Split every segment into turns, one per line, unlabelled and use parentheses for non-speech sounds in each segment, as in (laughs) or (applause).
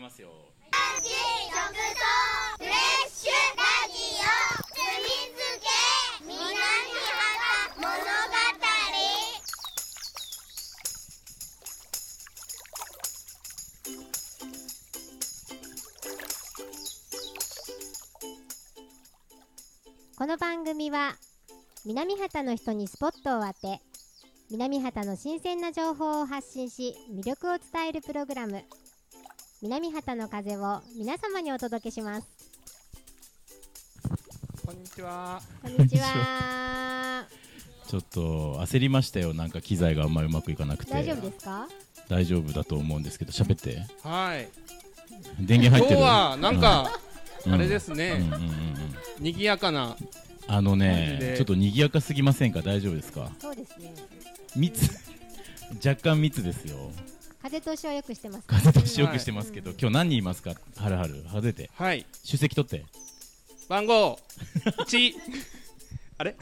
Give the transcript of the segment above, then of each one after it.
ますよ
食堂フレッシュラジオ積み付け南原物語
この番組は南畑の人にスポットを当て南畑の新鮮な情報を発信し魅力を伝えるプログラム「南畑の風」を皆様にお届けします
こんにちは
こんにちは
ちょっと焦りましたよなんか機材があんまりうまくいかなくて
(laughs) 大丈夫ですか
大丈夫だと思うんですけど喋って
はい
電源入
今
って
日
る
はなんか
うん
あれです
うんうん
ね
うんうん
賑やかな
あの
感じで
ねちょっと賑やかすぎませんか大丈夫ですか
そうですね
密 (laughs) 若干密ですよ
風通しはよくしてますか
風通しよくしてますけど、今日何人いますかはるはる外れて
はい
出席取って
番号1あれ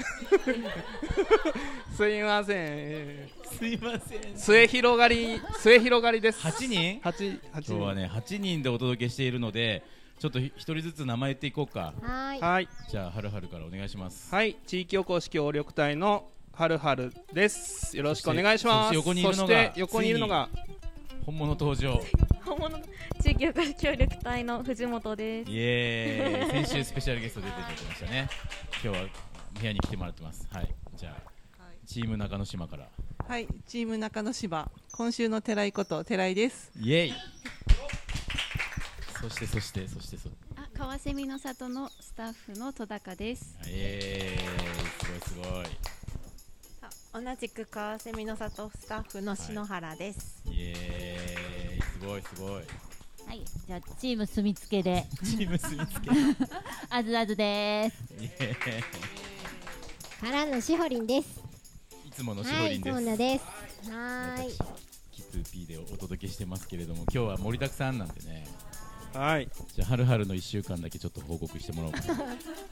(laughs) すいませんえ
すいません
ー末広がり末広がりです
8人
八八
今日はね8人でお届けしているのでちょっと1人ずつ名前言っていこうか
はーい
はい
じゃあはるはるからお願いします
はい地域おこし協力隊のはるはるですよろしくお願いします
そして
そして横にいるのが
本物登場
本物の地域おこし協力隊の藤本です。
イエーイ先週スペシャルゲスト出ていただきましたね今日は部屋に来てもらってますはいじゃあ、
はい
チーム中之島から
はい、チーム中之芝、今週の寺井こと寺井です。
イエーイそしてそしてそしてそ
あ、川蝉の里のスタッフの戸高です。
イエーイすごい
同じく川蝉の里スタッフの篠原で
す
す、
ごいイエーイすごいすごい
はい、じゃあチーム住みつけで、
チームすみつけ
あずあずです。
イエー
からのしほりんです
イいつものし
は
ほ
い
り
い
ん
つ
で
も
す、
のですはーい
私キツーピーでお届けしてますけれども今日は盛りだくさんなんでね
はい
じゃあはるはるの1週間だけちょっと報告してもらおうかな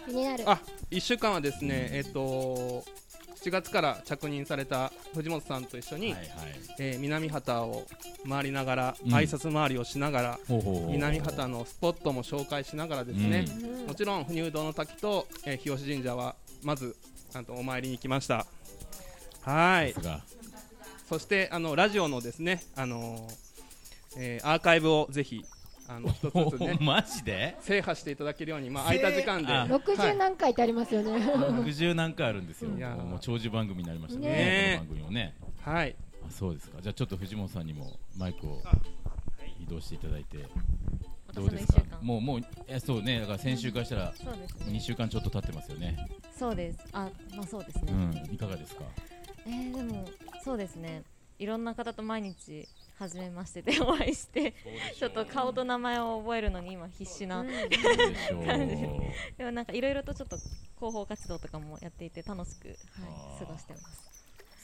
気になる
あ1週間はですね、えっ、と7月から着任された藤本さんと一緒
は
に、
いはい
えー南畑を回りながら、
うん
挨拶回りをしながら
ほうほうほう
南畑のスポットも紹介しながらですね、
うん
もちろん不入道の滝と、えー日吉神社はまずちゃんとお参りに来ましたはい
さすが
そしてあのラジオのですね、あのーえーアーカイブをぜひあの一つずつね
マジで
制覇していただけるように、まあ、空いた時間で、
せーあ
60
は
何回ってありますよね
60何回あるんですよ
いやー
もう長寿番組になりましたね
ねえ
この番組もね
いはい、
あそうですかじゃあちょっと藤本さんにもマイクを移動していただいてどうですか
私の一週間
もうもうえそうねだから先週からしたら
そうです
2週間ちょっと経ってますよね
そうです。あ、まあそうです
う
ね。
んいかがですか
えー、でもそうですね。いろんな方と毎日初めましてで (laughs) お会いして、ちょっと顔と名前を覚えるのに今必死な。
どうでしょう
感じでもなんかいろいろとちょっと広報活動とかもやっていて楽しく、は
あー
い、過ごしてます。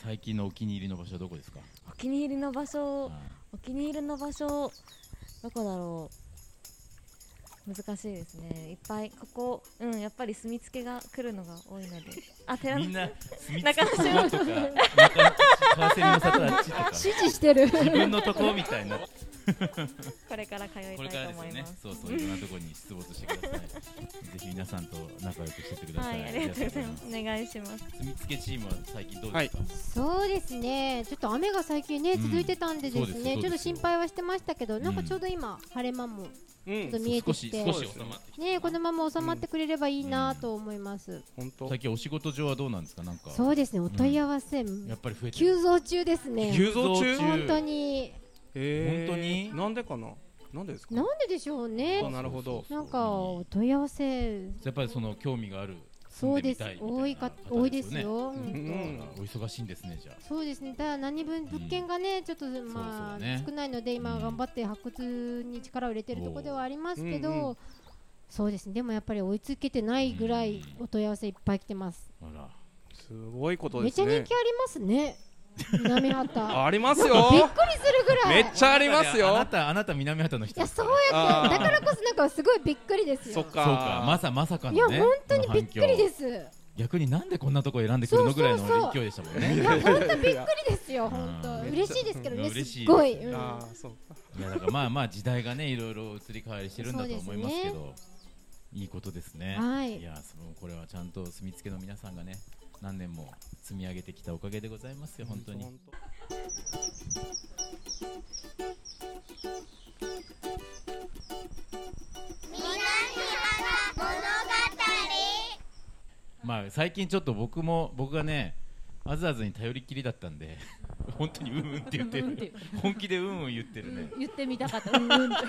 最近のお気に入りの場所はどこですか
お気に入りの場所、
あ
お気に入りの場所どこだろう難しいですねいっぱいここうんやっぱり住みつけが来るのが多いのであ寺の
みんな住みつ
中之島
とか川瀬の里あっちと
(laughs)
か
支 (laughs) 持してる
自分のとこみたいな
これから通いた
こ
い
とれからです
思
よ
い
ね
ま。す
そうそう、いろんなところに出没してくださ
(laughs)
い。ぜひ皆さんと仲良くしてってくだ
は
さい。
いありがとうござ
あ
います
りがとうござい
お願いします
ます。積み付けチームは最近どうですか。
そうですね、ちょっと雨が最近ね、
うん
続いてたんでです
そう
ね、
です
ちょっと心配はしてましたけど、
ん
なんかちょうど今、晴れ間も
う
ちょっと
ん
見えて
少
き、
して少し収まってきて。
ねこのまま収まってくれればいいなと思います。
本当
最近お仕事上はどうなんですか。なんか
そうですね、お問い合わせ、
やっぱり増えてる。
急増中ですね。
急増中
本当に、
へー
本当に
なんでかななんでですか
なんででしょう
そう
ね。
なるほど
なんかお問い合わせ、
やっぱりその興味がある。
そうです
住んみたいみたい、な
多いか
方
多いです
ね。
よ。
う
本当
ん
お忙しいんですねじゃあ。
そうですね、ただ何分物件がね、ちょっとま
そ
あ、
うそうね
少ないので、今、
うん
頑張って発掘に力を入れてるところではありますけど、
おーうんうん
そうですね、でもやっぱり追いつけてないぐらい、
うん
お問い合わせいっぱい来てます。
あら。
すごいこと
め
で
っち
す
ゃ人
ね
気ありますね、南畑。
あります
びっ
よ
くりするぐらい。
めっちゃあります
あ
よ
なたあなた南畑の人
いや、
ですか
そう
ら。
やって、
あー
だからこそ、なんかすごいびっくりです
そっ。
よ
そうかま
か
さまさか
い
の
や、
ね。。
本当にびっくりですす。
逆になんでこんなとこ選んでくるのぐらいの勢いでしたもんね
いや、本当びっくりです
う
よ、
ん
本当、
めっちゃ
嬉しいですけどね、
うん嬉
す
し
っ
い
ごい。うん
ああそうか
いやだからまあまあ時代がねいろいろ移り変わりしてるんだと思いますけど
そ
いいことですね、
はい
やそのこれはちゃんと住み付けの皆さんがね何年も積み上げてきたおかげでございますよ本当に
本当
南原物語
まあ最近ちょっと僕も僕がねあずあずに頼りっきりだったんで (laughs) 本当にうんうんって言って
うんうんって
る本気でうんうん言ってるね
言ってみたかった。うんうんって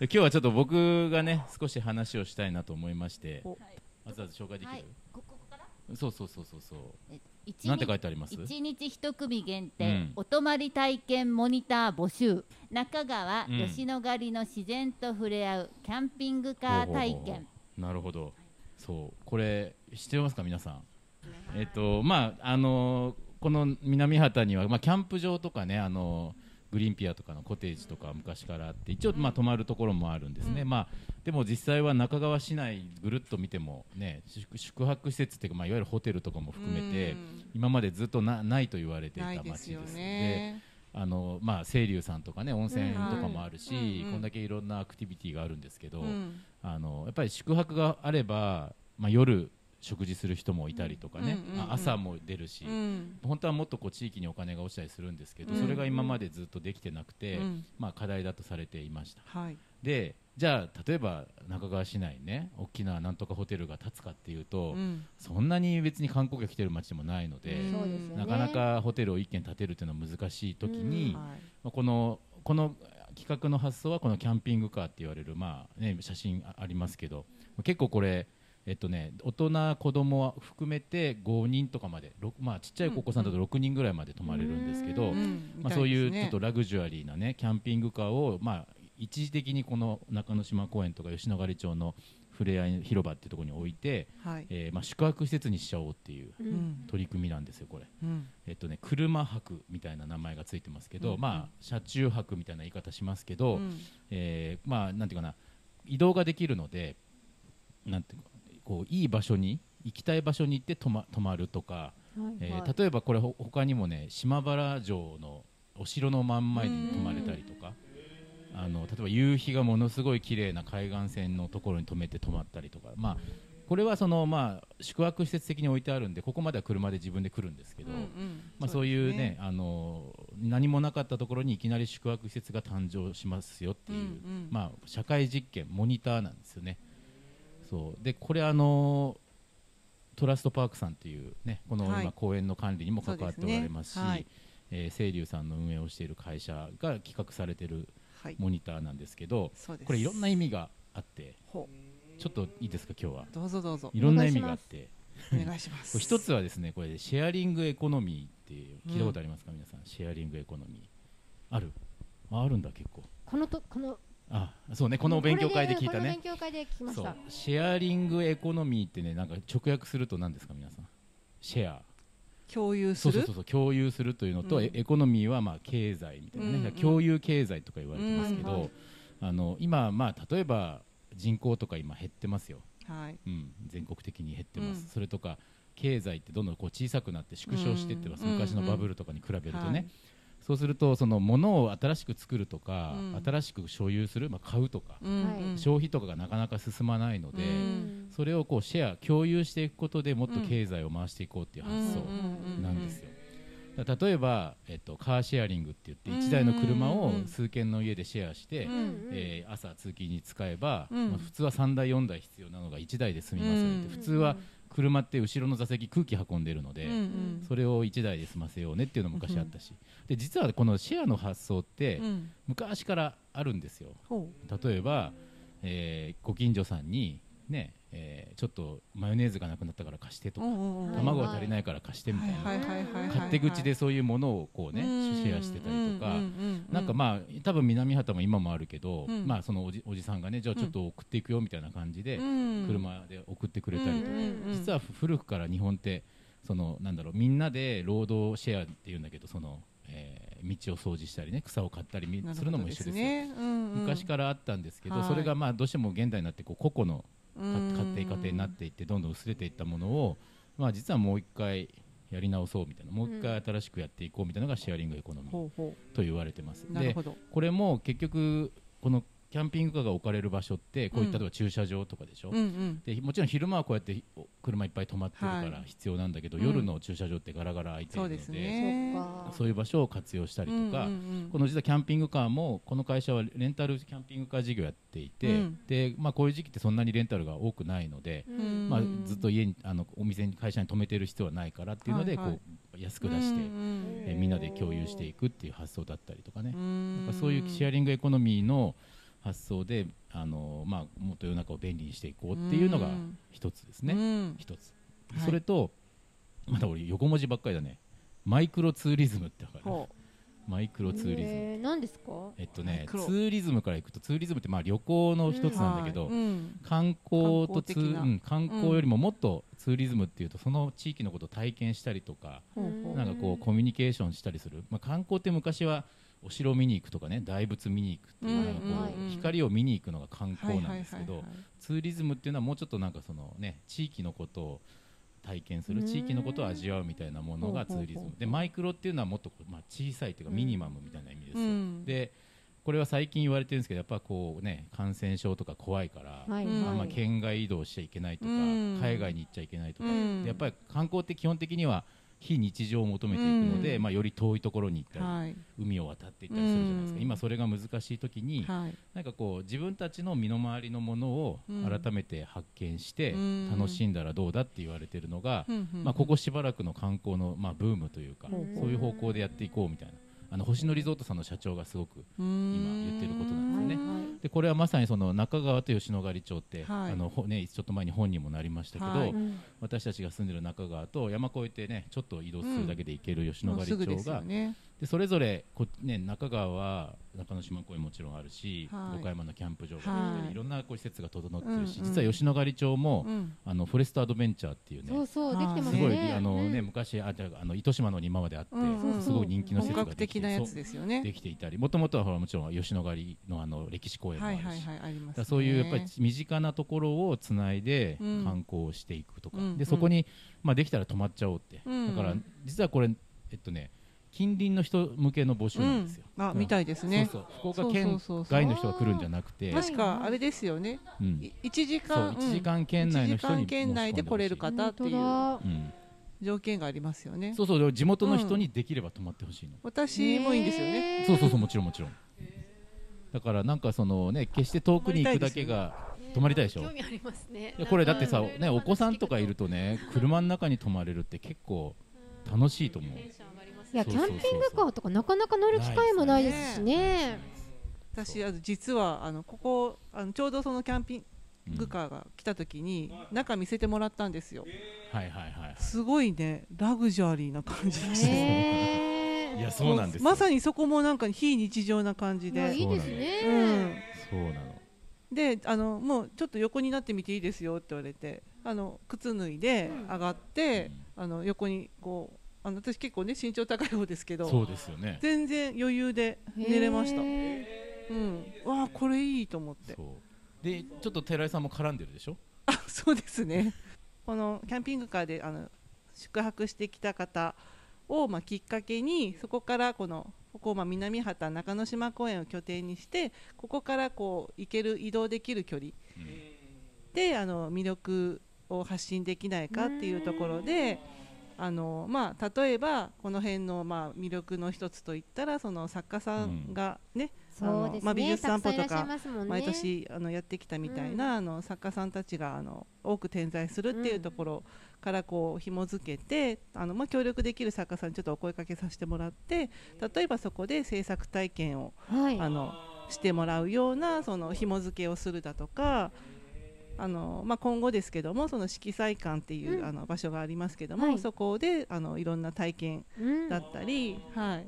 で今日はちょっと僕がね少し話をしたいなと思いまして
お
あずあず紹介できる、
はい。ここから。
そうそうそうそうそう
え一
なんて
日
書いてあります
一日一組限定、
うん
お泊まり体験モニター募集中川、
うん
吉野ヶ里の自然と触れ合うキャンピングカー
ほう
体
ほうほ
験
うなるほどそうこれ知ってますか皆さんえっ、とまああのこの南畑には、まあ、キャンプ場とかねあのグリーンピアとかのコテージとか昔からあって一応、まあ、泊まるところもあるんですね、まあ、でも実際は中川市内ぐるっと見ても、ね、宿宿泊施設っていうか、まあ、いわゆるホテルとかも含めて
うん
今までずっとなないと言われていた
ない
町
で
です
すよ
ので
ね。
あのまあ清流さんとかね温泉とかもあるし、
うんはいうんうん
こんだけいろんなアクティビティがあるんですけど、
うん
あのやっぱり宿泊があれば、まあ、夜食事する人もいたりとかね、
うんうんうんうん
あ朝も出るし、
うん
本当はもっとこう地域にお金が落ちたりするんですけど、
うん
それが今までずっとできてなくて、
うん
まあ、課題だとされていました
はい。
でじゃあ例えば中川市内ね大きななんとかホテルが建つかっていうと、
うん
そんなに別に観光客来てる街でもないので、
うん
そうですよね。
なかなかホテルを1軒建てるっていうのは難しい時に、
はい
まあこのこの企画の発想はこのキャンピングカーって言われる、まあね、写真あありますけど結構これ、えっとね、大人、子供は含めて5人とかまで、ろくまあ、ちっちゃいお子さんだと6人ぐらいまで泊まれるんですけど、
うん
まあ、そういう
み
ちょっと
たですね
ラグジュアリーな、ね、キャンピングカーを、まあ、一時的にこの中之島公園とか吉野ヶ里町のふれあい広場っていうところに置いて、
はい。
えーまあ、宿泊施設にしちゃおうっていう
う。
取り組みなんですよ、これ。
うん
えっとね、車泊みたいな名前がついてますけど、
うんうん
まあ、車中泊みたいな言い方しますけど、
うん
えーまあ、なんていうかな移動ができるのでなんていうかこういい場所に行きたい場所に行って泊ま泊まるとか、えー例えばこれほ他にもね島原城のお城の真ん前に泊まれたりとか。あの例えば夕日がものすごい綺麗な海岸線のところに泊めて泊まったりとか、まあ、これはその、まあ、宿泊施設的に置いてあるんでここまでは車で自分で来るんですけど、
うん
まあ、そういうね。あの何もなかったところにいきなり宿泊施設が誕生しますよっていう、
うんうん
まあ、社会実験モニターなんですよね。そうでこれあのトラストパークさんっていう、ね、この
はい
今公園の管理にも関わっておられますし
そうですねはい
えー清流さんの運営をしている会社が企画されている
はい。
モニターなんですけど
そうです。
これいろんな意味があって
ほ
ちょっといいですか今日は
う。どうぞどうぞ。
いろんな意味があって
お願いしま
こ
す。
れ一つはですねこれシェアリングエコノミーっていう聞いたことありますか、皆さんシェアリングエコノミーあるああるんだ結構
このとこの
あそうねこの勉強会で聞い
こ
たね
れでこの勉強会で聞きまし
そう
た。
シェアリングエコノミーってねなんか直訳すると何ですか皆さんシェア
共有す
そう
る。
そうそうそう共有するというのと、
うん
エエコノミーはまあ経済みたいなね、
うんうん
共有経済とか言われてますけど、
うんは
あの今まあ例えば人口とか今減ってますよ
はい。
うん、全国的に減ってます、
うん
それとか経済ってどんどんこう小さくなって縮小していってます、
うん
昔の
うんうん
バブルとかに比べるとね、
はい
そうするとその物を新しく作るとか、
うん
新しく所有する、まあ、買うとか、
うん
はい
うん
消費とかがなかなか進まないので、
う
うんん
それをこうシェア共有していくことでもっと経済を回していこうっていう発想なんです。よ。だから例えば、えっと、カーシェアリングって言って1台の車を数軒の家でシェアして、
うんうん
えー朝通勤に使えば、
うん
まあ、普通は3台4台必要なのが1台で済みますよねって、
うん
普通は車って後ろの座席空気運んでるので、
うんうん
それを1台で済ませようねっていうのも昔あったし、で実はこのシェアの発想って
うん
昔からあるんですよ
ほ
例えば、えーご近所さんにね、えーちょっとマヨネーズがなくなったから貸してと
う
か、
うんうんうん
卵が足りないから貸してみたいな、
はいはいはいはいはい
勝手口でそういうものをこうね、
うん
シェアしてたりとか、
うんうんうん
なんかまあ多分南畑も今もあるけど、
うん
まあそのおじおじさんがねじゃあちょっと送っていくよみたいな感じで
うん
車で送ってくれたりとか、
うんうんうん
実は古くから日本ってそのなんだろうみんなで労働シェアっていうんだけどその、えー道を掃除したりね草を刈ったりみ
なるほど
するのも一緒ですよ。
ねうんうん
昔からあったんですけど、
はい
それがまあどうしても現代になってこう個々の
う
か
ん
家庭家庭になっていってどんどん薄れていったものをまあ、実はもう一回やり直そうみたいなもう一回新しくやっていこうみたいなのがシェアリングエコノミー
ほうほ
と言われてます。
う。なる
で
ほど。
これも結局このキャンピングカーが置かれる場所ってこういった例えば駐車場とかでしょ、
うんうん。
でもちろん昼間はこうやってお車いっぱい止まってるか
は
ら
い
必要なんだけど、
うん
夜の駐車場ってガラガラ空いてる
そう
ので
ですね。
そういう場所を活用したりとか、この実はキャンピングカーもこの会社はレンタルキャンピングカー事業やっていて、
うん
でまあ、こういう時期ってそんなにレンタルが多くないので、まあ、ずっと家にあのお店に会社に泊めてる必要はないからっていうので、
はいはい
こう安く出して、えーみんなで共有していく
く。
っていう発想だったりとかね、
ん
なんかそういうシェアリングエコノミーの発想で、あのまあ、もっと世の中を便利にしていこうっていうのが一つですね。
ね
一つ、
はい
それとまだ俺横文字ばっかりだねマイクロツーリズムってわかる
ほ
マイクロツーリズム
えー、何ですか
えっと
マイ
ね
ク
ツ
ロ
ーリズムからいくとツーリズムってまあ旅行の一つ
う。
なんだけど、
はいうん
観光とツ
観光
ー
的な
うん観光よりももっとツーリズムっていうとその地域のことを体験したりとか、
ほうほう
なんかこうコミュニケーションしたりする、まあ、観光って昔はお城見に行くとかね大仏見に行くっていううんなんかこう、
うんうん
光を見に行くのが観光な
はい
ん
はい
ですけど、
はいはい
ツーリズムっていうのはもうちょっとなんかそのね地域のことを体験する
うん
地域のことを味わうみたいなものがツ
ほ
ー
うほうほう
リズムでマイクロっていうのはもっとこうまあ小さいというかミニマムみたいな意味です
う
よ
ん
でこれは最近言われてるんですけどやっぱこうね感染症とか怖いから
はい
うん
あん
は
ま
い。
県外移動しちゃいけないとか
うん
海外に行っちゃいけないとか
うん
でやっぱり観光って基本的には非日常を求めていくので
うん
まあより遠いところに行ったり
はい
海を渡っていったりするじゃないです
う
か
ん
今それが難しい時に
はい。
なんかこう自分たちの身の回りのものを
うん
改めて発見して
うん
楽しんだらどうだって言われてるのが、
うんうん
まあ、ここしばらくの観光の、まあ、ブームというか、
ほうほう
そういう方向でやっていこうみたいなあの星野リゾートさんの社長がすごく今言ってることなんですよね。でこれはまさにその中川と吉野ヶ里町って、
はい
あのほね、ちょっと前に本にもなりましたけど、
はい
私たちが住んでる中川と山越えてねちょっと移動するだけで行ける吉野
も
ヶ
うすぐ
里
で
町
す
が
よね。
でそれぞれこ、ね、中川は中之島公園もちろんあるし、
はい
岡山のキャンプ場があった
は
り
い
いろんなこう施設が整ってるし、
うんうん
実は吉野ヶ里町も、
うん
あのフォレストアドベンチャーっていう
そう
ね
そう、できてますす
ごい、
ね。
あのね、
うん
昔あじゃああの糸島のに今まであって、
うんうんうん
すごい人気の施
本
設が
格
でき
的
て
なやつ
そう
ですよ
で
ね。
きていたりもともとはほらもちろん吉野ヶ里のあの歴史公園もあ
は
る
い
し、
はいはいあり
だか
ますね。
らそういうやっぱり身近なところをつないで
うん
観光をしていくとか、
うんう
で
ん
そこに、まあ、できたら泊まっちゃおうって、
うん
だから実はこれ、えっとね、近隣の人向けの募集なんですよ。
うんあ
うん
みたいですね。
そうそう福岡県
そうそうそうそう
外の人が来るんじゃなくて、
確かあれですよね。
うん
い一時
そう
間
1時間圏内の人
一
に
時間圏内で来れる
か、
方ってい
本
う
当だ
うん
条件がありますよね。
そうそう地元の人にできれば泊まってほしいの、
私もいいんですよね。
ね
そうそうそうもちろんもちろんだからなんかそのね決して遠くに行くだけが泊まりたいでしょ
興味ありますね
いやこれだってさ、
なんか
ね、お子さんとかいるとね車の中に泊まれるって結構楽しいと思う
テンション上がります
いや、
そ
キ
うそ
ャ
うそう
ンピングカーとかなかなか乗る機会もないですしね。
私あの実はあのここあのちょうどそのキャンピングカーが来た時に中見せてもらったんですよ。
はいはいは
すごいねラグジュアリーな感じでした。
ね
いいやそうなんですよ
まさにそこもなんか非日常な感じ
いや
で
い。いです
う
ね。
ん。
そうなの
であのもうちょっと横になってみていいですよって言われてあの靴脱いで上がって、あの横にこうあの私結構ね身長高い方ですけ
そ
ど
うですよね
全然余裕で寝れました、
へ
うん、わあこれいいと思って
そうでちょっと寺井さんも絡んでるでしょ
あそうですねこのキャンピングカーであの宿泊してきた方を、まあ、きっかけにそこからこのここ、まあ、南畑中之島公園を拠点にしてここからこう行ける移動できる距離であの魅力を発信できないかっていうところで。あのまあ、例えばこの辺の、まあ、魅力の一つといったらその作家さんが、ねあ
そう
の
です
まあ、美
ね。
術
たくさ
散歩
んいらっ
と
しゃい
か
ますもんね。
毎年あのやってきたみたいな、あの作家さんたちがあの多く点在するっていうところからこう紐付けてあの、まあ、協力できる作家さんにちょっとお声かけさせてもらって例えばそこで制作体験を
はい。
あのしてもらうようなその紐付けをするだとか。あのまあ、今後ですけどもその色彩館っていう、
うん
あの場所がありますけども、
はい
そこであのいろんな体験
うん
だったり、はい、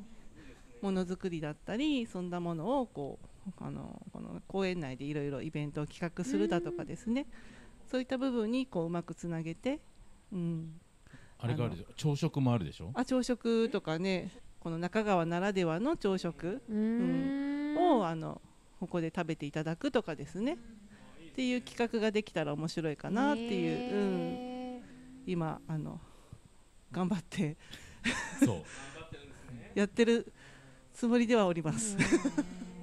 ものづくりだったりそんなものをこうあのこの公園内でいろいろイベントを企画するだとかですね、そういった部分にこううまくつなげて、うん、
あれがあるでしょ朝食もあるでし
(laughs)
ょ
あ朝食とかねこの中川ならではの朝食
うーん
をあのここで食べていただくとかですねっていう企画ができたら面白いかなっていう、うん、
へ
今あの頑張って (laughs)
そう
やってるつもりではおります。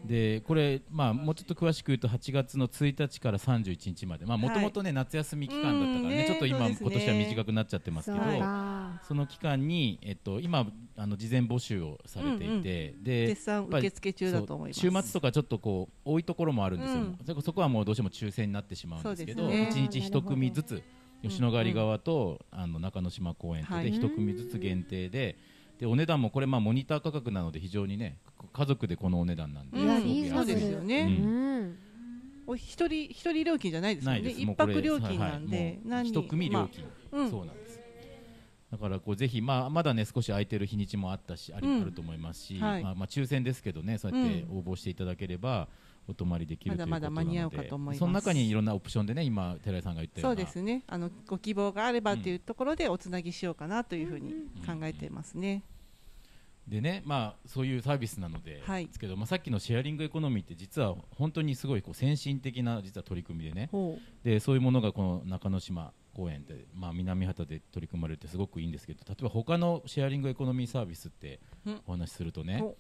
でこれ、まあ、もうちょっと詳しく言うと8月の1日から31日までまあもともとね、夏休み期間だったからね
うんね
ちょっと今、
そうですね
今年は短くなっちゃってますけど
そう
そ
か
の期間に、えっと、今あの事前募集をされていて、
うんうん
で
絶賛受付中だと思います
そう週末とかちょっとこう多いところもあるんですよ、
うん
そこそこはもうどうしても抽選になってしまうんですけど
そうですね
1日1組ずつ吉野ヶ里側と、あの中之島公園とで、
はい
1組ずつ限定で。でお値段もこれまあモニター価格なので非常にね家族でこのお値段なんで、
いや
すごく安い
リーズナブルですよね
うん
お一人一人料金じゃないですよ
ない
ね。
です。
一
もうこれ
泊料金なん
はいはい
で
も、う
何人
一組料金、
まあうん
そうなんです。だからこうぜひまあまだね少し空いてる日にちもあったしあり、
うん
あると思いますし、
はい
まあまあ抽選ですけどねそうやって応募していただければ。お泊まりできるということなので
まだまだ間に合うかと思います
その中にいろんなオプションでね今寺井さんが言ったよ
そうう
な
ですね。あのご希望があればというところでおつなぎしようかなというふうに考えてますね。
でねまあそういうサービスなので、
はい
ですけどまあさっきのシェアリングエコノミーって実は本当にすごいこう先進的な実は取り組みでね
ほ
でそういうものがこの中之島公園でまあ南畑で取り組まれてすごくいいんですけど例えば他のシェアリングエコノミーサービスって
うん
お話しするとね
ほ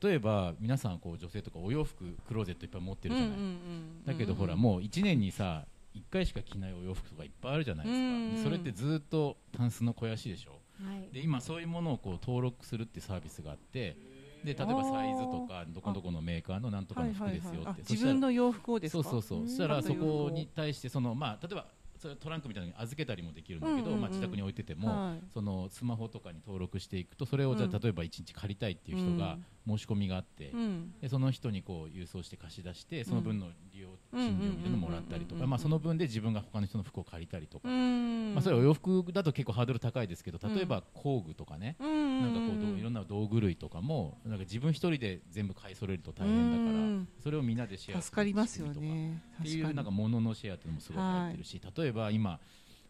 例えば皆さんこう女性とかお洋服クローゼットいっぱい持ってるじゃない、
うんうんうんうん
だけどほらもう1年にさ1回しか着ないお洋服とかいっぱいあるじゃないですか、
うんうん
それってずっとタンスの肥やしでしょ
はい
で今そういうものをこう登録するってサービスがあってで例えばサイズとかどこどこのメーカーのなんとかの服ですよ
はいはいはい
っ
あ
て
自分の洋服をですか
そうそうそううんそしたらそこに対してそのまあ例えばそれトランクみたいなのに預けたりもできるんだけど、
うんうんうん
まあ、自宅に置いてても、
はい
そのスマホとかに登録していくとそれをじゃ
うん
あ例えば1日借りたいっていう人が申し込みがあって、
うん
でその人にこう郵送して貸し出してその分の利用
うん
賃料みたいなのもらったりと
うんうんうんうんう
か、
ん
まあ、その分で自分が他の人の服を借りたりとか、
うん
まあ、それお洋服だと結構ハードル高いですけど例え
う
ば工具とかね、
うんうんう
なんんかこうどういろんな道具類とかもなんか自分一人で全部買い揃えると大変だから、
うん
それをみんなでシェアする
助かりますよね。
ってい
確か
う
に
なんか物のシェアっていうのもすごく入ってるし、例えば今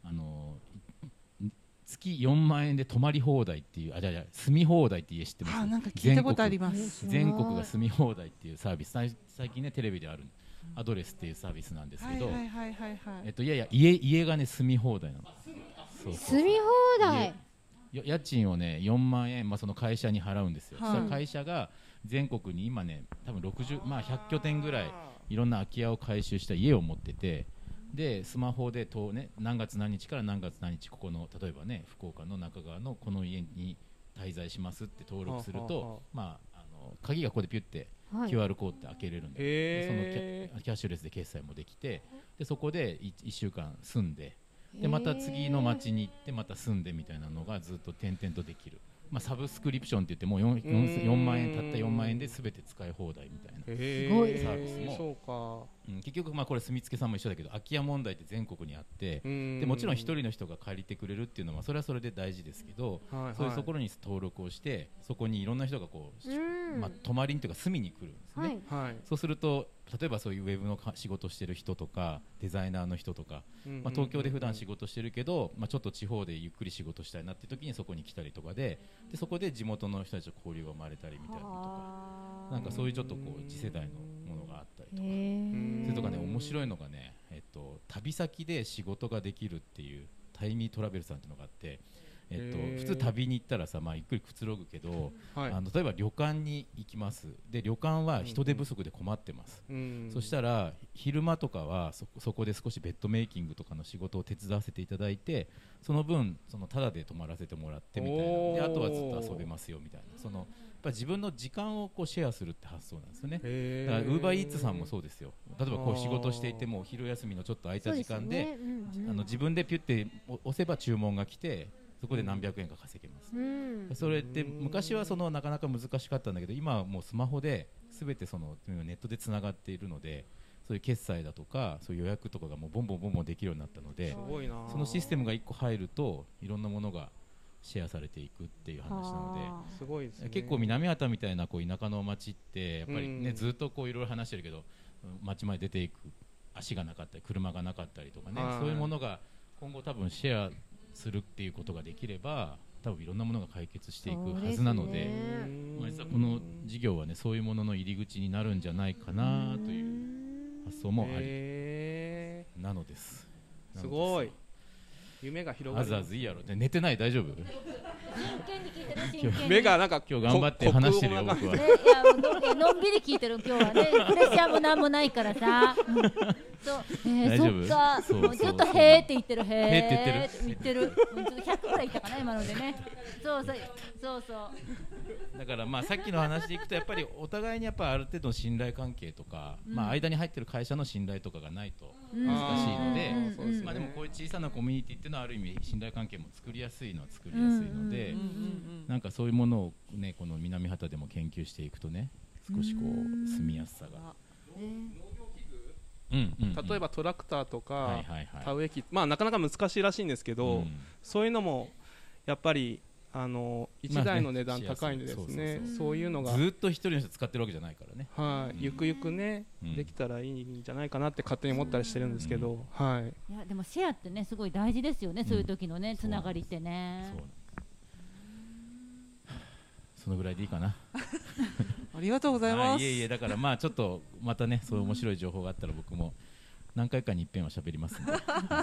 あのい月4万円で泊まり放題っていうあじゃあじゃあ住み放題って家知ってます
あなんか聞いたことあります
全国全国が住み放題っていうサービス最最近ねテレビであるアドレスっていうサービスなんですけど、
はいはいはいはいはい
えっといやいや家家がね住み放題なのそうそう
住み放題
よ家賃をね4万円、まあ、その会社に払うんですよ、
はい
そしたら会社が全国に今ね多分60、まあ、100拠点ぐらいいろんな空き家を回収した家を持っててでスマホでと、ね、何月何日から何月何日ここの例えばね福岡の中川のこの家に滞在しますって登録する
はあはあは
と、まあ、あの鍵がここでピュって
はい
QR コードって開けれるんで,、で
へー
そのキャキャッシュレスで決済もできてでそこで 1, 週間住んで
へー
でまた次の町に行ってまた住んでみたいなのがずっと点々とできる、まあ、サブスクリプションって言っても 4,
うーん
万円たった4万円で全て使い放題みたいなサ
へーすごい
ービスも
そうか
うん結局まあこれ住み付けさんも一緒だけど空き家問題って全国にあって
うーん
でもちろん一人の人が借りてくれるっていうのはそれはそれで大事ですけど、
はいはい
そういうところに登録をしてそこにいろんな人がこう、
うーん
まあ、泊まりにというか住みに来るんですね、
はいはい
そうすると例えばそういうウェブのか仕事してる人とかデザイナーの人とか、
うんうんうん
まあ、東京で普段仕事してるけど、まあ、ちょっと地方でゆっくり仕事したいなって時にそこに来たりとかででそこで地元の人たちと交流が生まれたりみたいなのとかなんかそういうちょっとこう次世代のものがあったりとか。それとかね面白いのがね、えっと、旅先で仕事ができるっていうタイミートラベルさんっていうのがあって、え
へー
っと、普通旅に行ったらさ、まあ、ゆっくりくつろぐけど、
はい
あの例えば旅館に行きますで旅館は人手不足で困ってます、
うん
そしたら昼間とかはそそこで少しベッドメイキングとかの仕事を手伝わせていただいてその分そのタダで泊まらせてもらってみたいな
おー
であとはずっと遊べますよみたいなそのやっぱ自分の時間をこうシェアするって発想なんですよね
へー
だからウーバーイーツさんもそうですよ例えばこ
あー
う仕事していても昼休みのちょっと空いた時間で
そうですねうんうん
あの自分でピュって押押せば注文が来てそこで何百円か稼げます、
うん
それって昔はそのなかなか難しかったんだけど今はもうスマホで全てそのネットでつながっているのでそういう決済だとかそういう予約とかがもうボンボンボンボンできるようになったのです
ごいな
そのシステムが1個入るといろんなものがシェアされていくっていう話なので。
すごいですね
結構南畑みたいなこう田舎の町ってやっぱりね、
うん
ずっとこういろいろ話してるけど町まで出ていく足がなかったり車がなかったりとかね
はい
そういうものが今後多分シェアするっていうことができれば多分いろんなものが解決していくはずなのでまあ実はこの事業はねそういうものの入り口になるんじゃないかなという発想もあり
へ
なのです。
ーすごい夢が広が
あ
る
ずあずいいやろって寝てない大丈夫
剣に聞いてる真
今
剣
日
に
目がなんか今日頑張って話してるよ
ね
僕はい
やもうのんびりのんびり聞いてる今日はねプレッシャーもなんもないからさ、うんそうえ
大
ー、そっ
丈夫
か
そう
もうずっと
そう
へーって言ってるへー
へーって言
言ってるうんちょっと100くらい言ったかな今のでねそうそうそうそう
だからまあさっきの話でいくとやっぱりお互いにやっぱある程度の信頼関係とか、
うん
まあ間に入ってる会社の信頼とかがないと
うん
難しいので、
うんそうですね
まあでもこういう小さなコミュニティっていうのはある意味信頼関係も作りやすいのは作りやすいので、
うんうん
なんかそういうものをねこの南畑でも研究していくとね少しこう住みやすさが。うんうんうん
例えばトラクターとか、
はいはいはい
田植え機、まあ、なかなか難しいらしいんですけど、
うん
そういうのもやっぱりあの
まあ
1
ね
台の値段高いんでですね,、
そうそうそう
そういうのが、
ずっと一人の人使ってるわけじゃないからね。
はいゆくゆくね、できたらいいんじゃないかなって勝手に思ったりしてるんですけど、はい、
いやでもシェアってねすごい大事ですよね、そういう時のねつながりってね
そのぐらいでいいかな。
ありがとうございま
あ
す
いえいえだからまあちょっとまたねそういう面白い情報があったら僕も何回かに一遍は喋りますん
(laughs)
で。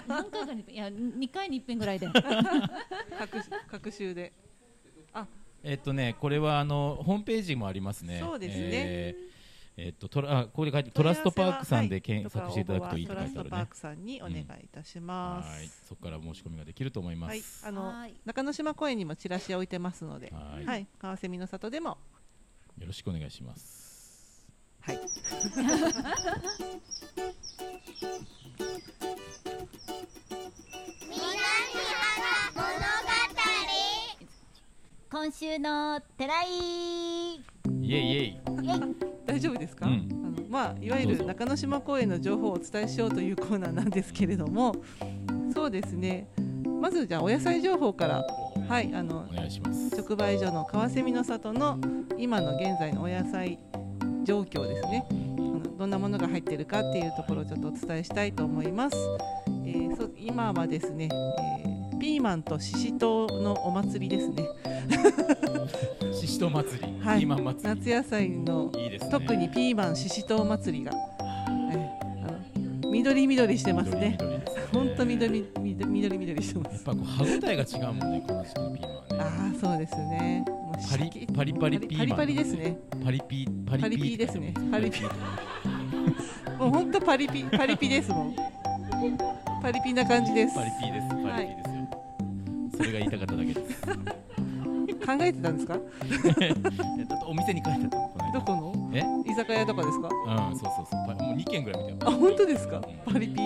何回かにいや2回に一遍ぐらいで
各各週であ
えっとねこれはあのホームページもありますね。
そうですね
えーえっとトラあこれ書いてトラストパークさんで検
はい
索していただくといいって
ト
書い
ラス
てあ
ト
る
パー
ね
ク。さんにお願いいたしま
は
す、
いそこから申し込みができると思いま
はい
す。、
あの中之島公園にもチラシを置いてますので、
はい
はい、川瀬美の里でも、
よろしくお願いします。
はい。
今週の寺井
イエイイエイ。
大丈夫ですか、あのまあいわゆ
どう
る中之島公園の情報をお伝えしようというコーナーなんですけれども、そうですね。まずじゃあお野菜情報から、はい、あの
お願いします。
直売所の川瀬美の里の今の現在のお野菜状況ですね。あのどんなものが入ってるかっていうところをちょっとお伝えしたいと思います。えー、そ今はですね、えーピーマンとししとうのお祭りですね。
ししとう祭り、
はい、
ピーマン祭り。
夏野菜の
いいですね
特にピーマンししとう祭りが、えーあの緑緑してますね。本当緑緑緑緑してます。やっ
ぱこう歯応えが違うもんねこの時期のピーマン。
ああそうですね。もう
パリパリパリピーマン。
パリパリですね。
パリピパリ
パリピ
ピ
ーですね。
パ
パ
リ
リ
ピ
ピ。 (laughs) もう本当パリピパリピですもん。パリピな感じです。
パリピです。パリピですよ。それが言いたかっただけ
(laughs)
です。
考えてたんですか？
えっとお店に書いてあったのこの
どこの？
間。え？
居酒屋とかですか？
うん、そうそうそう。パもう二件ぐらい見た
あ
よ。
本当ですか？パリピ。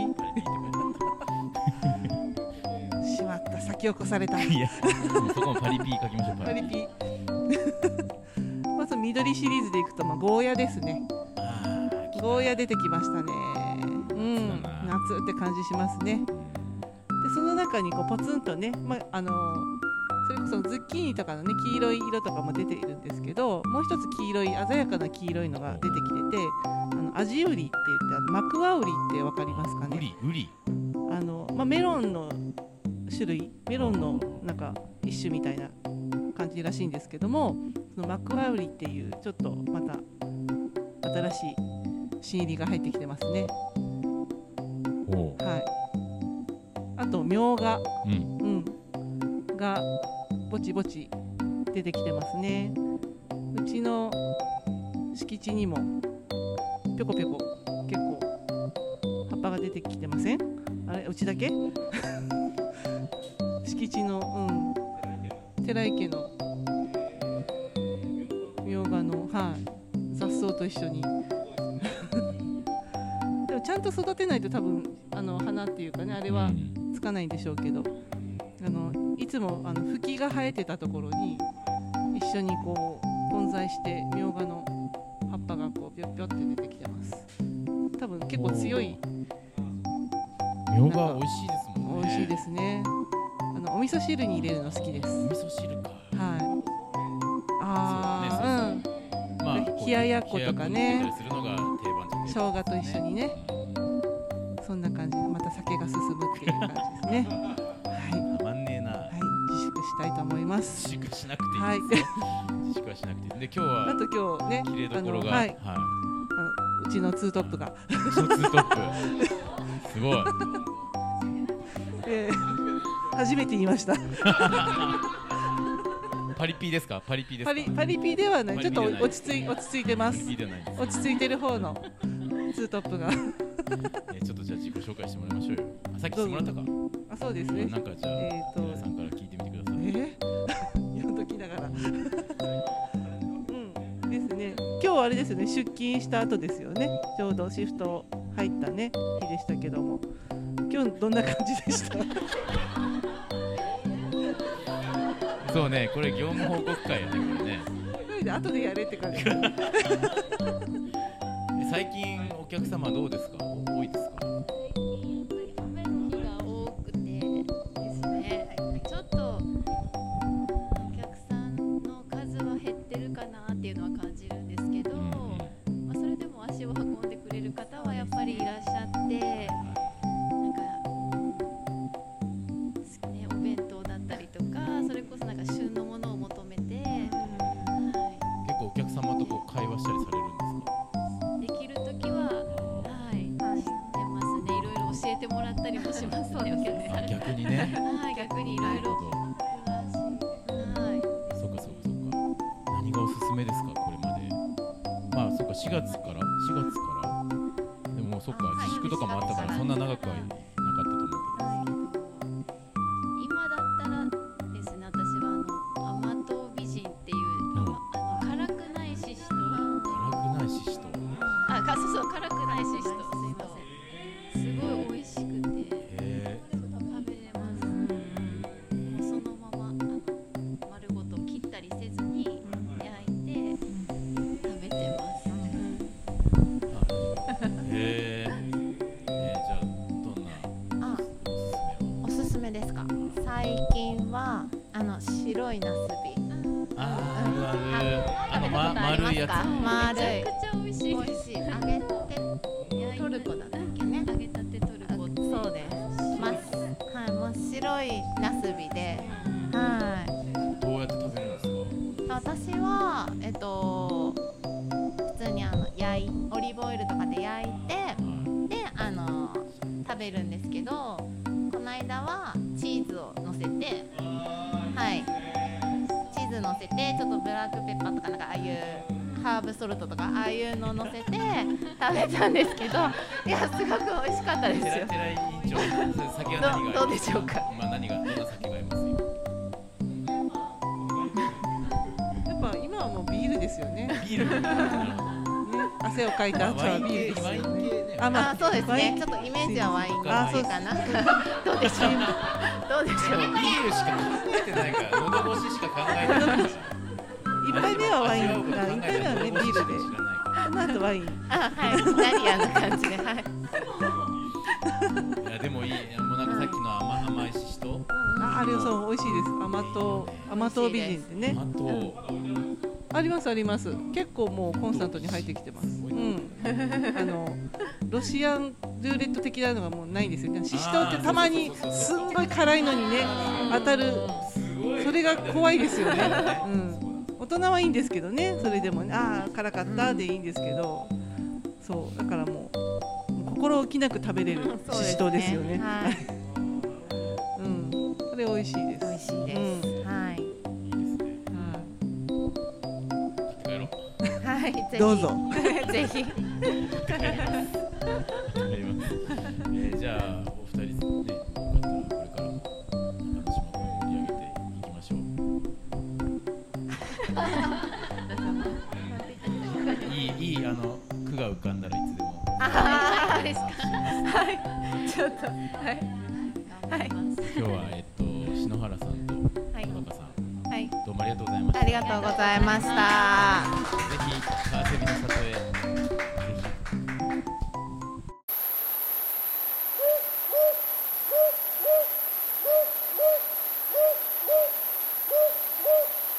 しまった先を越された。
いや、そこもパリピ書きましょう。
パリピ。まず緑シリーズでいくとまあゴーヤですね。ゴーヤ出てきましたね。うん、夏って感じしますね。でその中にこうポツンとね、まああのそれこそズッキーニとかのね黄色い色とかも出ているんですけど、もう一つ黄色い鮮やかな黄色いのが出てきてて、あのアジウリって言ってあのマクワウリってわかりますかね？
ウリウリ。
あの、まあ、メロンの種類メロンのなんか一種みたいな感じらしいんですけどもそのマクワウリっていうちょっとまた新しい新入りが入ってきてますね。はい、あとみょうが、
うん
うんがぼちぼち出てきてますね。うちの敷地にもぴょこぴょこ結構葉っぱが出てきてませんあれうちだけ (laughs) 敷地の、うん、寺池のみょうがの、はい、雑草と一緒に (laughs) でもちゃんと育てないと多分あの花っていうかねあれはつかないんでしょうけど、あのいつもあの吹きが生えてたところに一緒にこう混在してみょうがの葉っぱがこうぴょっぴょって出てきてます多分結構強い
みょうが美味しいですもんね。
美味しいですね。あのお味噌汁に入れるの好きです。お
味噌汁か。
はい。ああ、うん。
まあ
冷ややっことか
冷
ね。
ややっこに入れたりするのが定番じゃないです
生姜と一緒にね。そんな感じでまた酒が進むっていう感じですね。
(laughs)
はい。。
たまんねえな。はい
自粛したいと思います。
自粛しなくていいですよ。自粛はしなくていい。で今日は
なんと今日ね
綺麗どころが
あのは
はいい。
あのうちのツートップ (laughs) が。 (laughs)
うちのツートップすごい。
ええ初めて言いました
パリピですかパリピです
パ
か
リパリピではないちょっと落ち着い落ち着いてます
パリピではないです
落ち着いてる方のツートップが
えーちょっとじゃあ自己紹介してもらいましょうよあさっきしてもらったか
あそうですね
なんかじゃあ、
えーと
皆さんから聞いてみてください
えー読んどきながらうんですね今日あれですよね出勤した後ですよねちょうどシフト入ったね日でしたけども今日どんな感じでした
そうねこれ業務報告会やねこれね
急いで後でやれって感じ
え最近お客様どうですか多いですか
多くてですね、ちょっとお客さんの数は減ってるかなっていうのは感じるんですけど、まあ、それでも足を運んでくれる方はやっぱりいらっしゃってなんか、ね、お弁当だったりとかそれこそなんか旬のものを求めて、
結構お客様とこう会話したりされるんですか
できる時は、はい、してますねいろいろ教えてもらったりもしますねお客さん
あ逆に
(laughs)
ね
はい逆にいろいろはい
そっかそっかそっか何がおすすめですかこれまでまあそっか4月から4月からでもそっか自粛とかもあったからそんな長くはなかったと思う
今だったらですね私はあの甘党美人っていう、
うん
あの辛くないししと
辛くないししと
あかそうそう辛くないししとすいませんすごい美味しくて
へ
食べれます、もうそのままあの丸ごと切ったりせずに焼いて食べてます、
えへええじゃあどんな
あおすすめですか最近はあの白いナスビ
あーあるあるあの、ま、丸いやつ
丸い
めちゃくちゃ美味しい
美味しい揚げてトルコだったっけね
揚げたてトルコって
そうですますはいもう白いナスビではい
どうやって食べるんですか
私はえっと普通にあの焼いオリーブオイルとかで焼いてであの食べるんですけどこの間はチーズをのせてはいチーズのせてちょっとブラックペッパーとかなんかああいうハーブソルトとかああいうののせて食べたんですけどいやすごく美味しかったです
テラ
よ
テラ委員長酒は何が
どどうでしょうか
まあ何がどんな酒がありますよ
やっぱ今はもうビールですよね
ビール
汗をかいた後はビールですよ
ワイン
ね
あ、まあ、そうです
ワイン
ね。ちょっとイメージはワイン
あそう
系かな。どうでしょう。どうでし
でもビールしか考えてないから喉越ししか考えてない
一杯目はワインあ一杯目はねビールでこの後ワイン
ょう。あ、はい。イタリアンの感じで、はい。
いやでもいいねもうなんかさっきの甘甘いししと
ああれそう美味しいです甘党甘党美人ってね
あと、
ありますあります結構もうコンスタントに入ってきてますうんあのロシアンルーレット的なのがもうないんですよねシシトウってたまにすんごい辛いのにね当たるそれが怖いです (laughs) よね、うん、大人はいいんですけどねそれでもねああ辛かったでいいんですけどそうだからもうもう心置きなく食べれるシシトウですよね
はい。
うんこれ美味しいです
美味しいです。はい。
買って帰ろう
はい。ぜひ
どうぞ。
ぜひ。
わかります。えー、じゃあお二人ね、よかったらこれからも中之島公園盛り上げていきましょう。いいいいあの句が浮かんだらいつでも。
あーですか。はい。ちょっと。はい。はい。
今日はえっと篠原さんと
は
田
い
中さん、
はい。
どうもありがとうございました。
ありがとうございました。
ぜひ川瀬美の里へぜひ。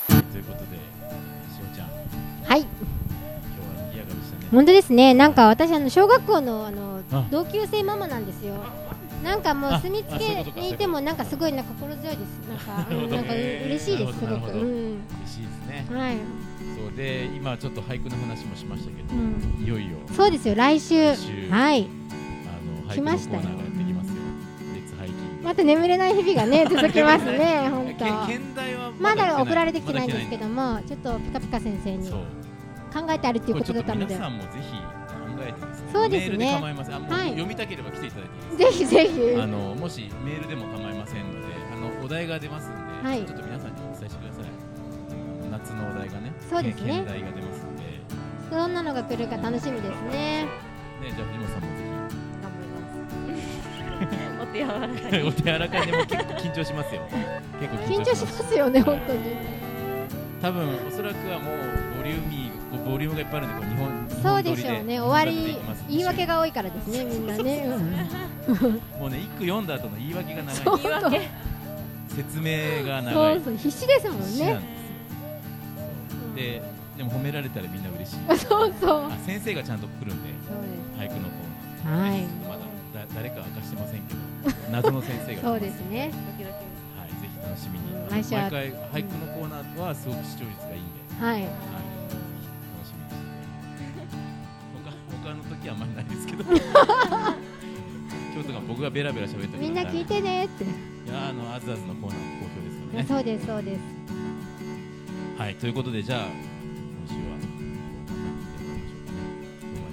ということで、しおちゃん、
はい
今日は賑やかでしたね。
本当ですねなんか私あの小学校のあの
あ
同級生ママなんですよなんかもう
あ
住みつ
あそういう
け
ことか
にいてもなんかすごいなんか心強いですな
(laughs)
んかうんなんか嬉しいですす
なる
ご
ほ
く
ど
うん
嬉しいですね。
はい
そうで、今ちょっと俳句の話もしましたけど、
うん
いよいよ
そうですよ来週
来週
はい
あの俳
来
句のコ
まし
ー
た
ナ
よ
ーがやってきますよ。レッツハイキング。
まっと眠れない日々が
(laughs)
ね続きますね本当
け現代は
ま
まだ
だ送られてき
来
て
てな
ない
い
んですけどもちょっとピカピカ先生に
そう
考えてあるっていう
これち
こと
ょ
だ
っ
った
と
の
皆
で
さんもぜひ考えてですね
そうです
メ
ね
ールで構いませんあもう
はい
読みたければ来ていただいていいです
ぜひぜひ
あのもしメールでも構いませんのであのお題が出ますんで、
はい
ちょっと皆さんにお伝えしてくださいあの夏のお題がね
そうですね
県題が出ますんでね
どんなのが来るか楽しみですね
じゃあ藤本さんもぜ
頑張りますお手柔らか
ひ
に
お手柔らかいでも結構緊張しますよ結構
緊張しますよね本当に
多分おそらくはもうボリューミーこうボリュームがいっぱいあるんでこう日本日
そう
本
で
撮
し
り
ょうね
で頑
終わ
張ってい
り
きます
言い訳が多いからですねみんなねうん
もうね一句読んだ後の言い訳が長い
そうそう
説明が長
そ
いう
そう必死ですもん
必死な
ね
んですそうででも褒められたらみんな嬉
(laughs)
しい
そうそう
あ先生がちゃんと来るんで
そう
俳句のコーナー
はい
ぜひまだだ誰かは明かしてませんけど謎の先生が来ます
そうですね
はいぜひ楽しみに毎
毎週
回俳句のコーナーはすごく視聴率がいいんで
はい
ぜひ楽しみにして他他の時はあんまりないです
(laughs)
けど今日とか僕がベラベラ喋ったり
みんな聞いてねって
いやーあのアズアズのコーナーも好評ですからね
そうですそうです
はい、ということで、じゃあ、今週は。こんな感じで終わりましょうかねどうもありがとうござ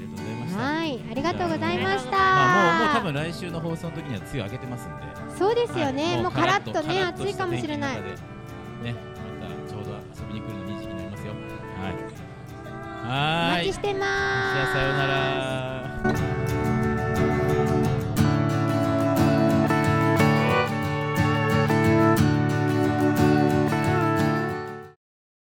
いました。
はいありがとうございました
まあ、もう、もう、多分来週の放送の時には、梅雨明けてますんで。
そうですよね
はい
もうカラッと
カ
ね
ラッと
暑いかもしれない
した天気の中でね、また、ちょうど遊びに来るのいい時期になりますよ。はい。
お
はーい。
待ちしてま
じゃあ、さようなら。